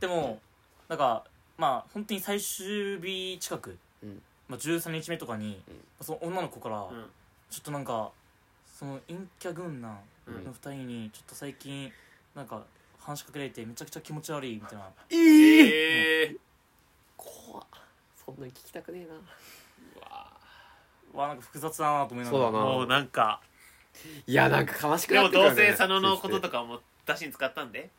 S3: でもなんかまあ本当に最終日近く、
S4: うん
S3: まあ、まあ、13日目とかに、
S4: うん
S3: その女の子から、
S2: ん
S3: ちょっとなんかその陰キャ軍団
S4: うん
S3: の二人にちょっと最近なんか話しかけられてめちゃくちゃ気持ち悪いみたいな
S2: ええ
S4: 怖っそんなに聞きたくねえな
S3: わなんか複雑だなと思いながら
S4: そうだな
S2: もうなんか
S4: いやなんか悲しく
S2: で
S4: な
S2: も
S4: ってくる
S2: どう
S4: よね
S2: せ佐野のこととかも出しに使ったんで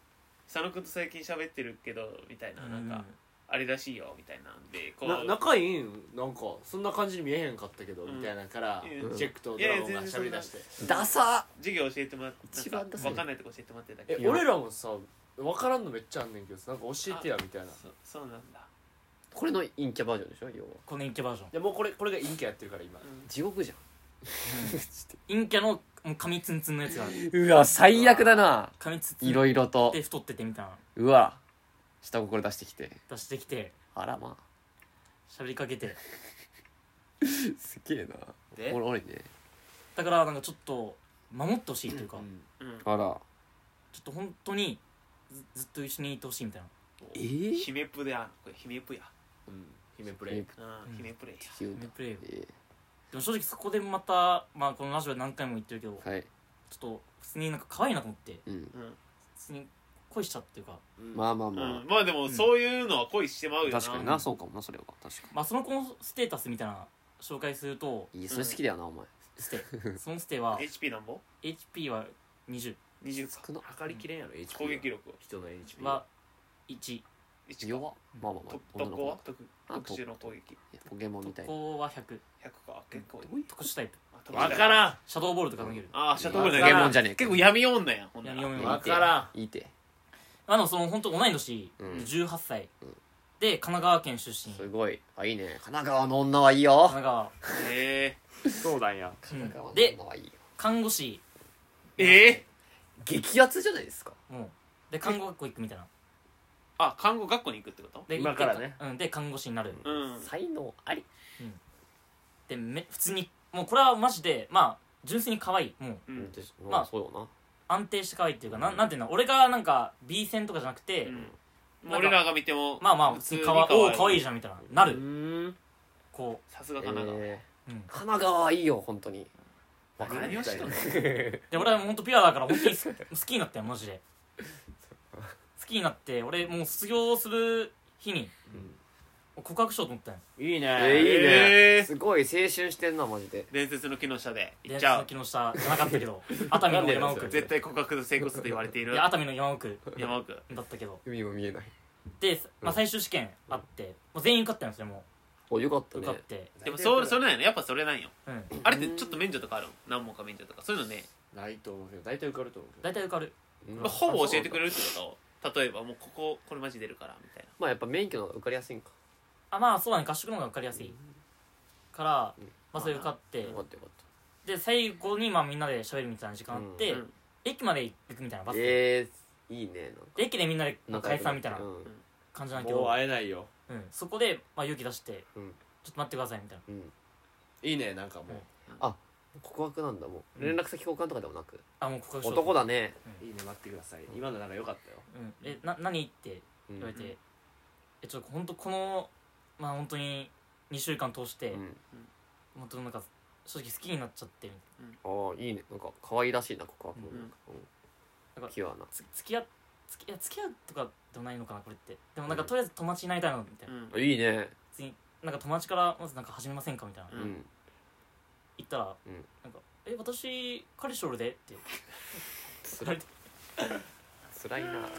S2: 佐野くんと最近喋ってるけどみたいな
S3: う
S2: なん
S3: ん
S2: かあれらしいよみたいなんでこ
S5: な
S2: う
S5: 仲いいんなんかそんな感じに見えへんかったけど、
S2: ん
S5: みたいなから、
S2: うん
S5: ジェックとドラゴンが喋り出して
S4: ダサ
S2: 授業教えてもらって
S4: 一
S2: な
S4: 番
S2: んか
S4: ダサい
S2: 分かんないとこ教えてもらってたけ
S5: え
S2: ど
S5: 俺らもさ分からんのめっちゃあんねんけどさなんか教えてやみたいない
S2: そそうなんだ
S4: これの陰キャバージョンでしょ要は
S3: この陰キャバージョン
S5: やもうこれこれが陰キャやってるから今
S4: 地獄じゃん
S3: 陰キャのもう髪ツンツンのやつがある
S4: うわ最悪だな
S3: 髪ツンツン
S4: いろいろと
S3: で太っててみたいなの
S4: うわ下心出してきて
S3: 出してきて
S4: あらまあ
S3: 喋りかけて
S4: すげえな
S5: で
S4: おもろいね
S3: だからなんかちょっと守ってほしいというか、
S5: うん
S2: うん
S4: あら
S3: ちょっと本当にずずっと一緒にいてほしいみたいな
S4: えー
S2: 姫プであこれ姫プや
S5: うん姫プレ
S4: え
S5: イ
S2: うん
S3: うん
S2: 姫プレイや
S3: 名プレーよ
S4: え
S3: でも正直そこでまた、まあ、このラジオで何回も言ってるけど、
S4: ーはい
S3: ちょっと普通になんか可愛いなと思って
S4: うん
S2: うん
S3: 普通に恋しちゃうっていうか
S4: まあまあ
S2: うん
S4: まあ、
S2: まあでもそういうのは恋してまうよな
S4: 確かになそうかもなそれは確か
S3: まあその子のステータスみたいな紹介すると
S4: にいやそれ好きだよなお前
S3: ステそのステは
S2: HP なんぼ
S3: HP は20
S2: ?20
S4: 少な
S5: 測りきれんやろ HP
S2: 攻撃力
S5: 人の HP
S3: は1
S2: 1
S4: 弱まあまあま
S2: 特
S4: あ女の
S2: 攻
S4: 子
S2: は
S4: だ
S2: 特
S4: あ
S2: 特殊
S4: と
S2: の攻撃
S4: ポケモンみた
S3: 特
S4: いな
S3: 攻は100
S2: 100か結構
S3: 特殊タイプ
S2: わからん
S3: シャドーボールとか投げる
S2: ああシャトーブル
S4: ポケモンじゃねえか
S2: 結構闇女やんほんなら
S3: 闇女
S5: わからん
S4: いいて
S3: まあでもその本当同い年、
S4: うん
S3: 18歳、で神奈川県出身
S4: す
S3: 神
S4: ごいあいいね神奈川の女はいいよ
S3: 奈川、
S2: え
S5: そうなんや
S3: うん
S4: 神奈川の
S3: で
S4: 女はいいよ
S3: 看護師
S2: ー、えー、
S4: 激アツじゃないですか
S3: もうで看護学校行くみたいな
S2: あ看護学校に行くってこと
S3: で
S5: 今
S3: 行って
S5: からね
S3: うん、で看護師になる、
S2: うん
S4: 才能あり
S3: でめ普通にもうこれはマジでまあ純粋に可愛いもう
S2: うん
S4: まあそうよ
S3: 安定して可愛いっていうか、なんなんていうの俺がなんか B 戦とかじゃなくて、
S2: うんもう俺らが見ても
S3: まあまあ普通にかわおお可愛いじ
S2: ゃん
S3: ゃんみたいなな
S5: う
S3: る
S5: ーん
S3: こ
S2: さすが
S4: な
S2: 神奈川、
S4: え
S3: う、うん
S4: ー、神奈川はいいよ本当に
S2: バカ何をしとんの
S3: で俺は本当ピュアだから本当にす好きになったよマジで好きになって俺もう卒業する日に告白しようと思ったんよ
S5: いいね
S4: えー、いいね、
S2: えー
S4: すごい青春してんなマジで
S2: 伝説の木の下で行
S3: 電
S2: っち
S3: 車
S2: ゃ
S3: の
S2: う
S3: 木の下じゃなかったけど熱海の山奥
S2: 絶対告白の成功すると言われてい
S3: い
S2: る
S3: や熱海の山奥
S2: 山奥
S3: だったけど
S4: 海も見えない
S3: で、まあ、最終試験あってもう全員受かったんですよも
S4: およかった
S3: う
S4: ね
S3: 受かって、
S2: でもそうそれなんやねやっぱそれなんよ
S3: うん、
S2: あれってちょっと免除とかあるの何問か免除とかそういうのね
S5: ないと思うけど大体受かると思うけ
S3: 大体受かる
S4: うん
S2: まあほぼ教えてくれるってこと例えばもうこここれマジ出るからみたいな
S4: まあやっぱ免許の方が受かりやすいんか
S3: あまあそうだね合宿の方が受かりやすいから、まあそれ受かって
S4: よかったよかっ
S3: で最後にまあみんなで喋るみたいな時間あって、
S2: うん
S3: 駅まで行くみたいなバ
S4: た
S3: スで、
S4: えー、いいね
S3: で駅でみんなで
S4: なんか
S3: 解散みたいな
S4: うん
S3: 感じなんだけ
S5: どもう
S3: ど、
S5: 会えないよ
S3: うん、そこで、まあ、勇気出して、
S4: うん
S3: ちょっと待ってください」みたいな
S4: うん
S5: いいねなんかも
S4: 告白なんだも
S3: う
S4: うん連絡先交換とかでもなく
S3: あもう告白しよう
S4: 男だね
S5: ういいね待ってください今のなんか良かったよ
S3: うん、えな何って
S4: う
S3: 言われて
S4: ん
S3: 「えちょっと本当このまあ本当に2週間通して、
S4: うん
S3: 本当なんか正直好きになっちゃってみたい
S4: ああいいねなんか可愛らしいな告白も
S3: うん
S4: なんかうん
S3: なんか
S4: ピュアな
S3: なつ付き合付きいや付き合うとかでもないのかなこれってでもなんか、とりあえず友達になりたいのみたいな、
S2: うん
S4: いいね
S3: 次なんか友達からまずなんか始めませんかみたいな、
S2: う
S4: うんん
S3: 言ったら、
S4: うん
S3: なんか「え私彼氏おるで」って
S4: つらい (laughs) つらい
S3: (laughs)
S4: な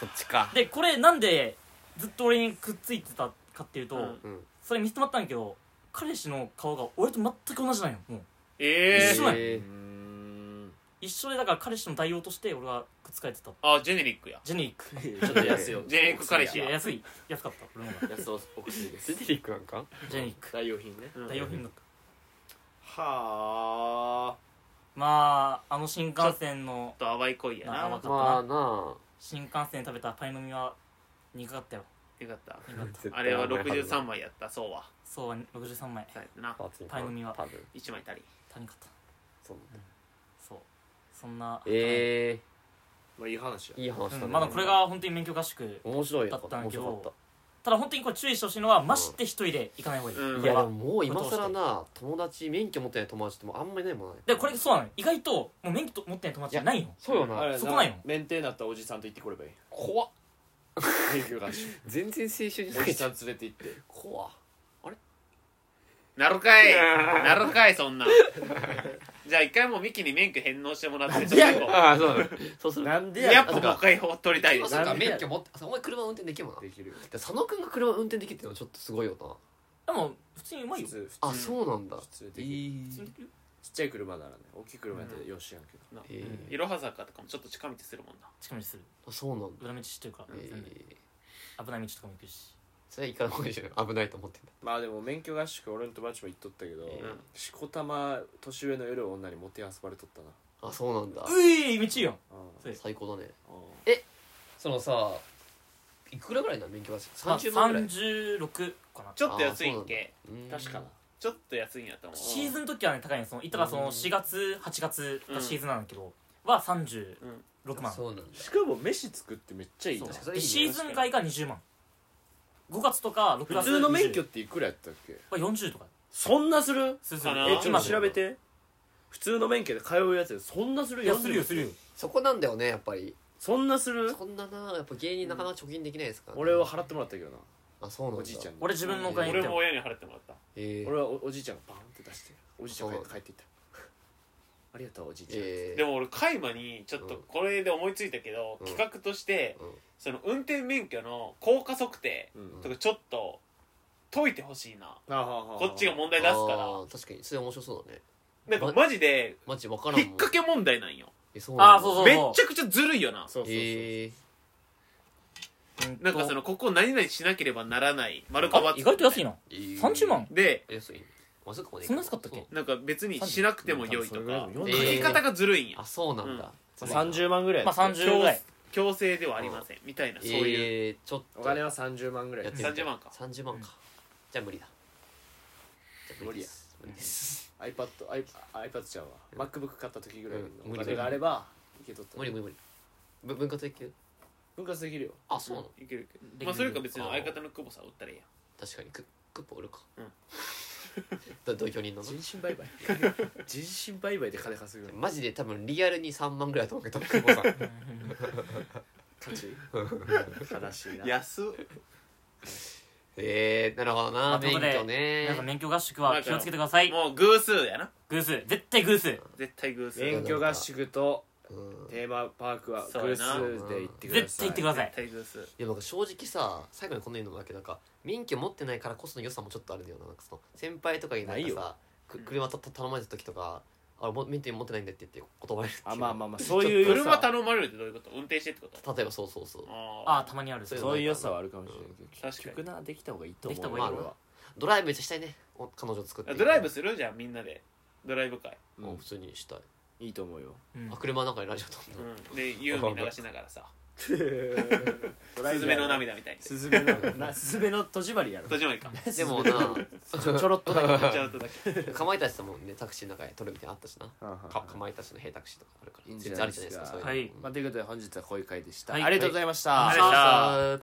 S4: そっちか
S3: でこれなんでずっと俺にくっついてたかっていうと、
S2: うん
S4: うん
S3: それ見せてもらったんだけど彼氏の顔が俺と全く同じなんよもう
S2: え
S3: 一
S2: え
S3: 緒なんよ
S4: えー
S5: ん
S3: 一緒でだから彼氏の代用として俺はくっつかれてた
S2: あジェネリックや
S3: ジェネリック
S2: (laughs)
S5: ちょっと安いよ
S2: ジェネリック彼
S3: い
S2: 氏
S3: や安い安かった俺の方が
S5: 安お薬です
S4: ジェネリックなんか
S3: ジェネリック
S5: 代用品ね
S2: うん
S3: 代用品だった
S5: はあ
S3: まああの新幹線の
S2: ちょっと淡い恋やな
S3: まあ甘かっ
S4: まあな
S3: 新幹線で食べたパイの実は苦かったよ
S2: よかった
S3: (laughs) 苦かった
S4: あ
S2: あれは63枚やったそうは
S3: そうは63枚
S2: さえな
S3: パイの実は
S4: 多分
S2: 1枚足り
S3: 足りんかった
S4: そうなんだ
S3: そうそんな
S4: え
S5: まあいい話や
S4: ーいい話だ
S3: う
S4: ね
S3: んまだこれが本当に免許合宿
S4: 面白い
S3: だったんだ
S4: 面
S3: け
S4: 白かっ
S3: ど
S4: た
S3: ただ本当にこれ注意してほしいのはマシって一人で行かない方がいい、
S2: うん
S3: こ
S4: い
S3: れ
S4: や
S3: は
S4: でももう今更な友達免許持ってない友達ってもうあんまりいないもんね
S3: でこれそうなのよ意外ともう免許持ってない友達いないの
S4: そうよ
S5: あ
S4: な
S5: れ
S3: そこなんよ
S5: 免停になったおじさんと行ってこればいい
S4: 怖っ
S5: 免許があるし
S4: 全然青春じゃ
S5: お
S4: な
S5: じ
S4: い
S5: さん連れて行って
S4: 怖っ
S2: なるかいなるかいそんなんじゃあ一回もうミキに免許返納してもらってちょっと行こ
S4: ああそうだそうする
S5: なんで
S2: う
S5: や
S2: やっぱもう一回取りたいで
S4: 今
S2: す
S4: さ
S5: な
S4: か
S5: んでや
S4: 免許持ってあお前車運転できるもんなで
S5: できるよ
S4: 佐野くんが車運転できるってのはちょっとすごいよ
S3: でも普通にうまい
S5: 普
S3: よ
S5: 通
S4: なあ
S2: うん
S4: そうなんだ
S5: 普通
S4: い
S5: できる
S4: い
S3: 普通にできるよ
S5: ちっちゃい車ならね大きい車やったらよしやんけど
S4: えー
S2: いろは坂とかもちょっと近道するもんな
S3: 近道する
S4: あそうなんだ
S3: 裏道というか、
S4: えー
S3: 危ない道とかも行くし
S4: それは行かない方がいいでしょ危ないと思ってんだ
S5: まあでも免許合宿俺の友達も行っとったけど、
S4: え
S2: ー
S5: しこたま年上の夜女にもてあそばれとったな
S4: あそうなんだ
S3: うい道よ
S5: う
S3: そうです
S4: 最高だね
S5: んうん
S4: そのさいくらぐらいなの免許が
S3: まあ
S4: 30万ぐらい
S3: 36かな
S2: ちょっと安いんけ
S4: うん
S5: 確かな
S2: ちょっと安いんやと思う
S3: シーズンの時はね高いのそのいったらそ
S4: うん
S3: の4月8月がシーズンなんだけど、は36万、
S4: そうなんだ
S5: しかも飯作ってめっちゃいい
S3: そ
S5: な
S3: う
S4: それいい
S3: で
S4: ね
S3: シーズン外が20万5月とか6
S5: 普
S3: 月
S5: 通の免許っ
S3: は
S5: ていくらやったっけ
S3: 40とか
S5: そんなする
S3: するす
S2: か
S3: る
S2: な
S5: えちょっ
S3: 今
S5: と調べて普通の免許で通うやつでそんなする
S3: いやするよ
S5: 40
S3: するよ
S4: そこなんだよねやっぱり
S5: そんな
S4: (laughs)
S5: する
S4: そんななやっぱ芸人なかなか貯金できないですからね
S5: 俺は払ってもらったけどな
S4: あそうなんだ
S5: おじいちゃんに
S3: 俺自分のお金
S2: 俺
S3: 言って
S2: も
S3: も
S2: 親に払ってもらった
S4: えー
S5: 俺はおおじいちゃんがバンって出しておじいちゃんが
S4: そう
S5: 帰っていったありがとうおじいちゃん、
S4: えー
S2: でも俺カイマにちょっとこれで思いついたけど、
S4: うん
S2: 企画として、
S4: うん
S2: その運転免許の効果測定
S5: うん
S2: とかちょっと解いてほしいな、
S5: あはあはあはあ
S2: こっちが問題出す
S4: あ
S2: か
S4: ー確かにそれ面白そうだね
S2: らなんかマジで
S4: マジ分からんもん
S2: 引っ掛け問題なんよ
S4: えそうなんだ
S3: あーそうそう
S2: めっちゃくちゃずるいよな
S5: そうそうそう、
S4: えー
S3: うん
S2: なんかそのここ何々しなければならない丸か
S3: あ意外と安い
S2: な
S3: な
S4: えー
S3: 30万
S2: で
S4: 安いまさかもね
S3: そんな安かったっけ
S4: そう
S2: なんか別にしなくても良いと
S5: 多分それぐらい
S2: か
S5: でも
S2: 書
S5: 40
S4: えー
S2: き方がずるいんよ
S4: あそうなんだ
S5: まあ、30万ぐらい
S3: ま
S5: や
S3: あ
S5: って
S3: 30ぐらい
S2: 強制ではありませんみたいなそういう
S4: えーちょっと
S5: お金は30万ぐらい
S4: や
S5: や
S4: っ
S5: ってて
S4: みたい
S2: 30万か
S4: 30万かじゃあ無理だじゃあ無理です無理です
S5: iPad, iP- iPad ちゃんは MacBook 買った時ぐらいの
S4: うん
S5: お金があればいけとった
S4: 無理無理無理ぶ分割できる
S5: 分割できるよ
S4: あそうなの
S2: いけるいける
S3: できる
S2: まあそれか別に相方の久保さん売ったらいいやん
S4: 確かにククッパおるか
S2: うん
S4: (laughs) ど同居人のな
S5: 人身売買人身売買で金稼ぐの
S4: マジで多分リアルに3万ぐらいだと思うけど久保さん
S5: (laughs) 価値悲しいな
S2: 安っ
S4: えー、なるほど
S3: ま
S4: な
S3: あという
S4: 免
S3: こ
S4: 許
S3: とで (laughs)
S4: ね
S3: 皆さん免許合宿は気をつけてください
S2: もう偶数やな
S3: 偶数絶対偶数
S2: 絶対偶数
S5: 免許合宿と
S4: うん
S5: テーマパークは
S2: そう
S5: 偶
S2: やな
S5: 数で行ってください
S3: 絶対行ってください
S2: 絶対偶数
S4: いやなんか正直さ最後にこんな言うのもだけどなんか免許持ってないからこその良さもちょっとあるんだよななんかその先輩とかになん
S5: な
S4: か
S5: い
S4: さ
S5: よ
S4: く車たた頼まれた時とか「あも免許持ってないんだ」って言って断られるっていう
S5: あまあまあまあそういう良
S2: 車
S5: さ
S2: 頼まれるってどういうこと運転してってこと
S4: 例えばそうそうそう
S3: ああ
S2: あ
S3: たまにある
S4: そう
S5: そういう良さはあるかもしれない
S2: 確
S5: けど
S2: かに
S5: 結局なできた方がいいと思う
S3: できた方がいい
S5: 俺は
S4: ドライブめっちゃしたいねお彼女作って
S2: あドライブするじゃんみんなでドライブ会
S5: う
S4: うん
S5: ん
S4: 普通にしたい
S5: いいと思うよ
S3: うん
S4: あ車の中にラジオ撮るの
S2: うんでユーミン流しながらさ
S5: ド
S2: 「す
S5: ライ
S2: ず
S5: ブ
S2: め
S5: や
S2: の
S5: ろ
S2: 涙」みたいに
S5: すずめの (laughs) なすずめの戸締まりやろ
S2: 途中までか
S4: でもな
S5: ちょろっとだけ (laughs) は
S2: ちゃんとだけ
S4: かまいたちさんもねタクシーの中で撮るみたいなのあったしな
S5: あはあ
S4: かかまいたちのヘイタクシーとかあるから
S5: いいんじ
S4: 全然あ
S5: ゃない
S4: る
S5: で
S4: じゃ
S5: す
S4: ないですかそうい
S5: か
S4: うの
S3: はい
S4: うん
S5: まあということで本日はこういう回でした、
S3: はい
S5: ありがとうございました、
S2: ありがとうございました
S4: あー